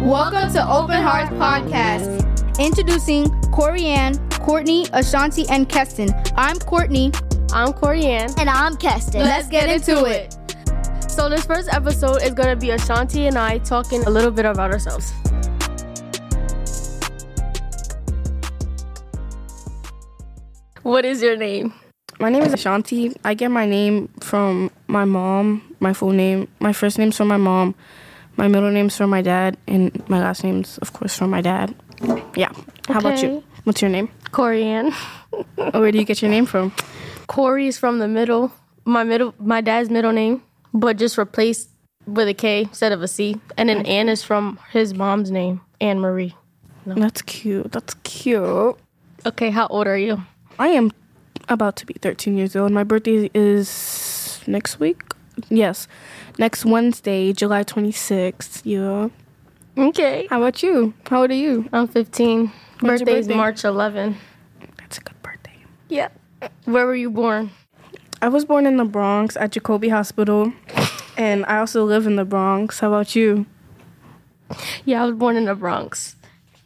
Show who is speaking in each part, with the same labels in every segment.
Speaker 1: Welcome to Open Hearts Podcast. Introducing Corianne, Courtney, Ashanti, and Keston. I'm Courtney.
Speaker 2: I'm Corianne.
Speaker 3: And I'm Keston.
Speaker 1: Let's get into it.
Speaker 2: So this first episode is gonna be Ashanti and I talking a little bit about ourselves. What is your name?
Speaker 4: My name is Ashanti. I get my name from my mom, my full name. My first name's from my mom, my middle name's from my dad, and my last name's, of course, from my dad. Yeah. How about you?
Speaker 2: Okay.
Speaker 4: What's your name?
Speaker 2: Corianne.
Speaker 4: Where do you get your name from?
Speaker 2: Corey is from the middle. My middle, my dad's middle name, but just replaced with a K instead of a C. And then Anne is from his mom's name, Anne Marie.
Speaker 4: That's cute. That's cute.
Speaker 2: Okay, how old are you?
Speaker 4: I am about to be 13 years old. My birthday is next week. Yes. Next Wednesday, July 26th. Yeah.
Speaker 2: Okay,
Speaker 4: How about you? How old are you?
Speaker 2: I'm 15.
Speaker 4: When's your
Speaker 2: Birthday is
Speaker 4: birthday?
Speaker 2: March 11.
Speaker 4: That's a good birthday.
Speaker 2: Yeah. Where were you born?
Speaker 4: I was born in the Bronx at Jacoby Hospital, and I also live in the Bronx. How about you?
Speaker 2: Yeah, I was born in the Bronx.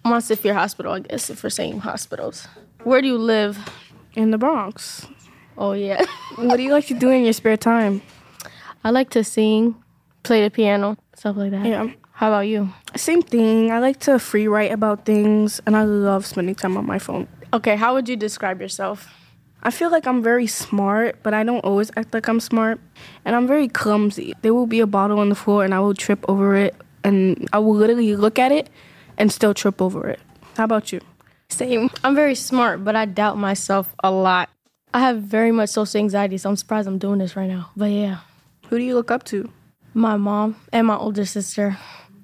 Speaker 2: Montefiore Hospital, I guess, if we're saying hospitals. Where do you live?
Speaker 4: In the Bronx.
Speaker 2: Oh, yeah.
Speaker 4: What do you like to do in your spare time?
Speaker 2: I like to sing, play the piano, stuff like that.
Speaker 4: Yeah.
Speaker 2: How about you?
Speaker 4: Same thing. I like to free write about things, and I love spending time on my phone.
Speaker 2: Okay, how would you describe yourself?
Speaker 4: I feel like I'm very smart, but I don't always act like I'm smart. And I'm very clumsy. There will be a bottle on the floor, and I will trip over it, and I will literally look at it and still trip over it. How about you?
Speaker 2: Same. I'm very smart, but I doubt myself a lot. I have very much social anxiety, so I'm surprised I'm doing this right now. But yeah,
Speaker 4: Who do you look up to?
Speaker 2: my mom and my older sister.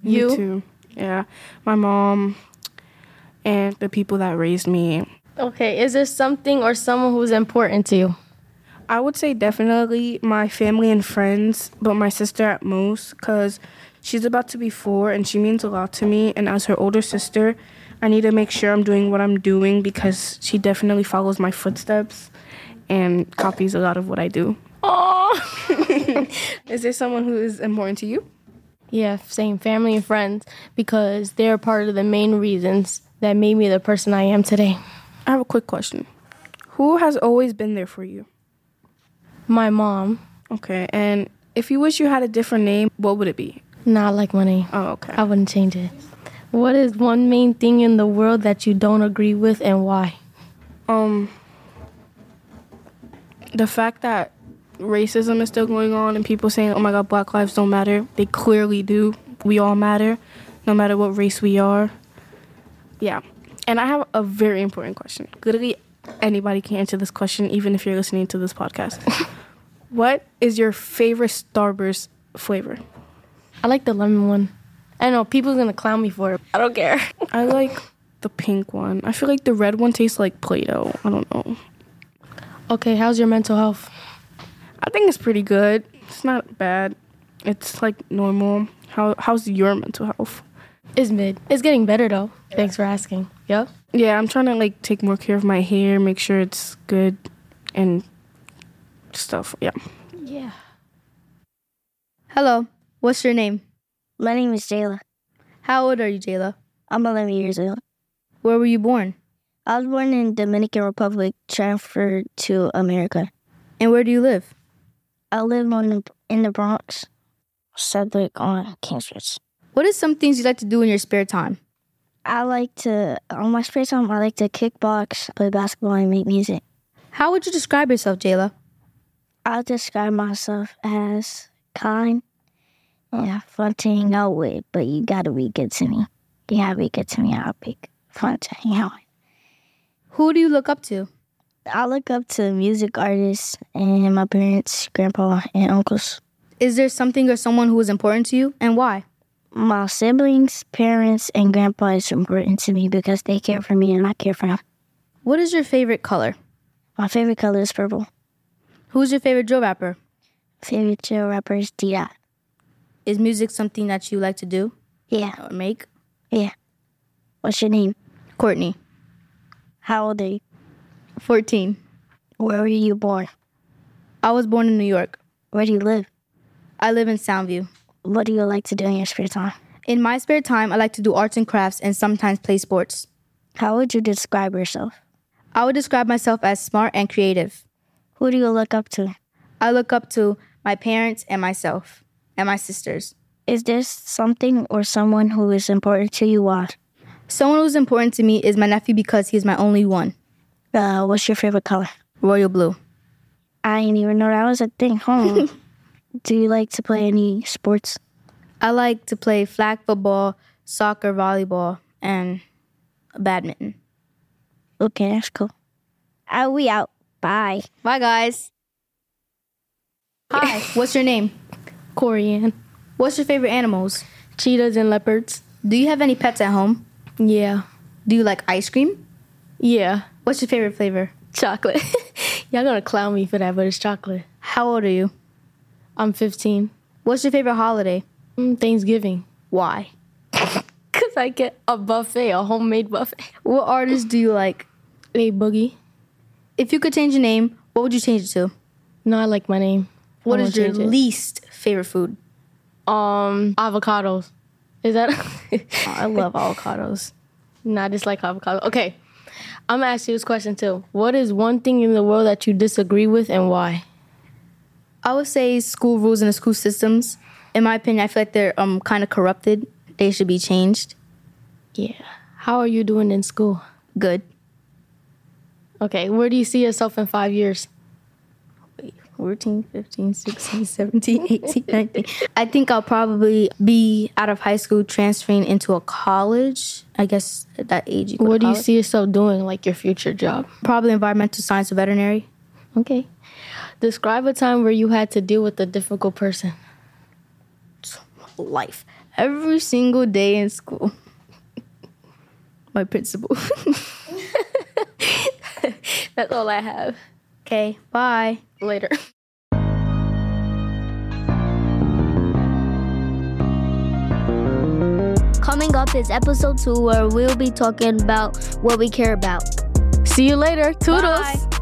Speaker 4: Me
Speaker 2: You?
Speaker 4: too. Yeah, my mom and the people that raised me.
Speaker 2: Okay, is there something or someone who's important to you?
Speaker 4: I would say definitely my family and friends, but my sister at most, because she's about to be four and she means a lot to me. And as her older sister, I need to make sure I'm doing what I'm doing because she definitely follows my footsteps and copies a lot of what I do.
Speaker 2: Oh,
Speaker 4: Is there someone who is important to you?
Speaker 2: yeah, same family and friends because they're part of the main reasons that made me the person I am today.
Speaker 4: I have a quick question. Who has always been there for you?
Speaker 2: My mom,
Speaker 4: Okay, and if you wish you had a different name, what would it be?
Speaker 2: not like money.
Speaker 4: Oh, okay.
Speaker 2: I wouldn't change it. What is one main thing in the world that you don't agree with and why?
Speaker 4: um the fact that racism is still going on and people saying oh my god black lives don't matter they clearly do we all matter no matter what race we are yeah and i have a very important question literally anybody can answer this question even if you're listening to this podcast what is your favorite starburst flavor
Speaker 2: I like the lemon one. I know people's gonna clown me for it. I don't care.
Speaker 4: i like the pink one i feel like the red one tastes like play-doh i don't know
Speaker 2: Okay, how's your mental health?
Speaker 4: I think it's pretty good. It's not bad. It's like normal. How how's your mental health?
Speaker 2: It's mid. It's getting better though. Thanks for asking. Yep.
Speaker 4: Yeah, I'm trying to like take more care of my hair, make sure it's good and stuff. Yeah.
Speaker 2: Yeah.
Speaker 1: Hello, what's your name?
Speaker 3: My name is Jayla.
Speaker 1: How old are you, Jayla?
Speaker 3: I'm 11 years old.
Speaker 1: Where were you born?
Speaker 3: I was born in Dominican Republic, transferred to America.
Speaker 1: And where do you live?
Speaker 3: I live on the, in the Bronx, Sedgwick on King Street.
Speaker 1: What is some things you like to do in your spare time?
Speaker 3: I like to, on my spare time, I like to kickbox, play basketball, and make music.
Speaker 1: How would you describe yourself, Jayla?
Speaker 3: I describe myself as kind and fun to hang out with, but you gotta be good to me. You gotta be good to me. I'll be fun to hang out with.
Speaker 1: Who do you look up to?
Speaker 3: I look up to music artists and my parents, grandpa, and uncles.
Speaker 1: Is there something or someone who is important to you and why?
Speaker 3: My siblings, parents, and grandpa is important to me because they care for me and I care for them.
Speaker 1: What is your favorite color?
Speaker 3: My favorite color is purple.
Speaker 1: Who's your favorite drill rapper?
Speaker 3: Favorite chill rapper is D. Dot.
Speaker 1: Is music something that you like to do
Speaker 3: Yeah.
Speaker 1: or make?
Speaker 3: What's your name?
Speaker 1: Courtney,
Speaker 3: How old are you?
Speaker 1: 14.
Speaker 3: Where were you born?
Speaker 1: I was born in New York.
Speaker 3: Where do you live?
Speaker 1: I live in Soundview.
Speaker 3: What do you like to do in your spare time?
Speaker 1: In my spare time, I like to do arts and crafts and sometimes play sports.
Speaker 3: How would you describe yourself?
Speaker 1: I would describe myself as smart and creative.
Speaker 3: Who do you look up to?
Speaker 1: I look up to my parents and myself and my sisters.
Speaker 3: Is there something or someone who is important to you? Why?
Speaker 1: Someone who's important to me is my nephew because he's my only one.
Speaker 3: Uh, what's your favorite color?
Speaker 1: Royal blue.
Speaker 3: I didn't even know that was a thing. Home. do you like to play any sports?
Speaker 1: I like to play flag football, soccer, volleyball, and badminton.
Speaker 3: Okay, that's cool. Are we out? Bye.
Speaker 1: Bye, guys. Hi, what's your name?
Speaker 2: Corian.
Speaker 1: What's your favorite animals?
Speaker 2: Cheetahs and leopards.
Speaker 1: Do you have any pets at home?
Speaker 2: Yeah.
Speaker 1: Do you like ice cream?
Speaker 2: Yeah.
Speaker 1: What's your favorite flavor?
Speaker 2: Chocolate. Y'all gonna clown me for that, but it's chocolate.
Speaker 1: How old are you?
Speaker 2: I'm 15.
Speaker 1: What's your favorite holiday?
Speaker 2: Mm, Thanksgiving.
Speaker 1: Why?
Speaker 2: Because I get a buffet, a homemade buffet.
Speaker 1: What artist do you like?
Speaker 2: Hey, Boogie.
Speaker 1: If you could change your name, what would you change it to?
Speaker 2: No, I like my name.
Speaker 1: What
Speaker 2: I
Speaker 1: is your
Speaker 2: won't change it.
Speaker 1: least favorite food?
Speaker 2: Um, avocados. Is that?
Speaker 1: I love avocados.
Speaker 2: nah, I dislike avocados. Okay. I'm gonna ask you this question too. What is one thing in the world that you disagree with and why?
Speaker 1: I would say school rules and the school systems. In my opinion, I feel like they're um kind of corrupted. They should be changed.
Speaker 2: Yeah. How are you doing in school?
Speaker 1: Good.
Speaker 2: Okay. Where do you see yourself in five years?
Speaker 1: 14, 15, 16, 17, 18, 19. I think I'll probably be out of high school transferring into a college. I guess at that age. You go to
Speaker 2: What do you
Speaker 1: college.
Speaker 2: see yourself doing, like your future job?
Speaker 1: Probably environmental science or veterinary.
Speaker 2: Okay. Describe a time where you had to deal with a difficult person.
Speaker 1: Life. Every single day in school. My principal.
Speaker 2: That's all I have.
Speaker 1: okay, bye.
Speaker 2: Later.
Speaker 5: Coming up is episode two, where we'll be talking about what we care about.
Speaker 2: See you later. Toodles.
Speaker 1: Bye.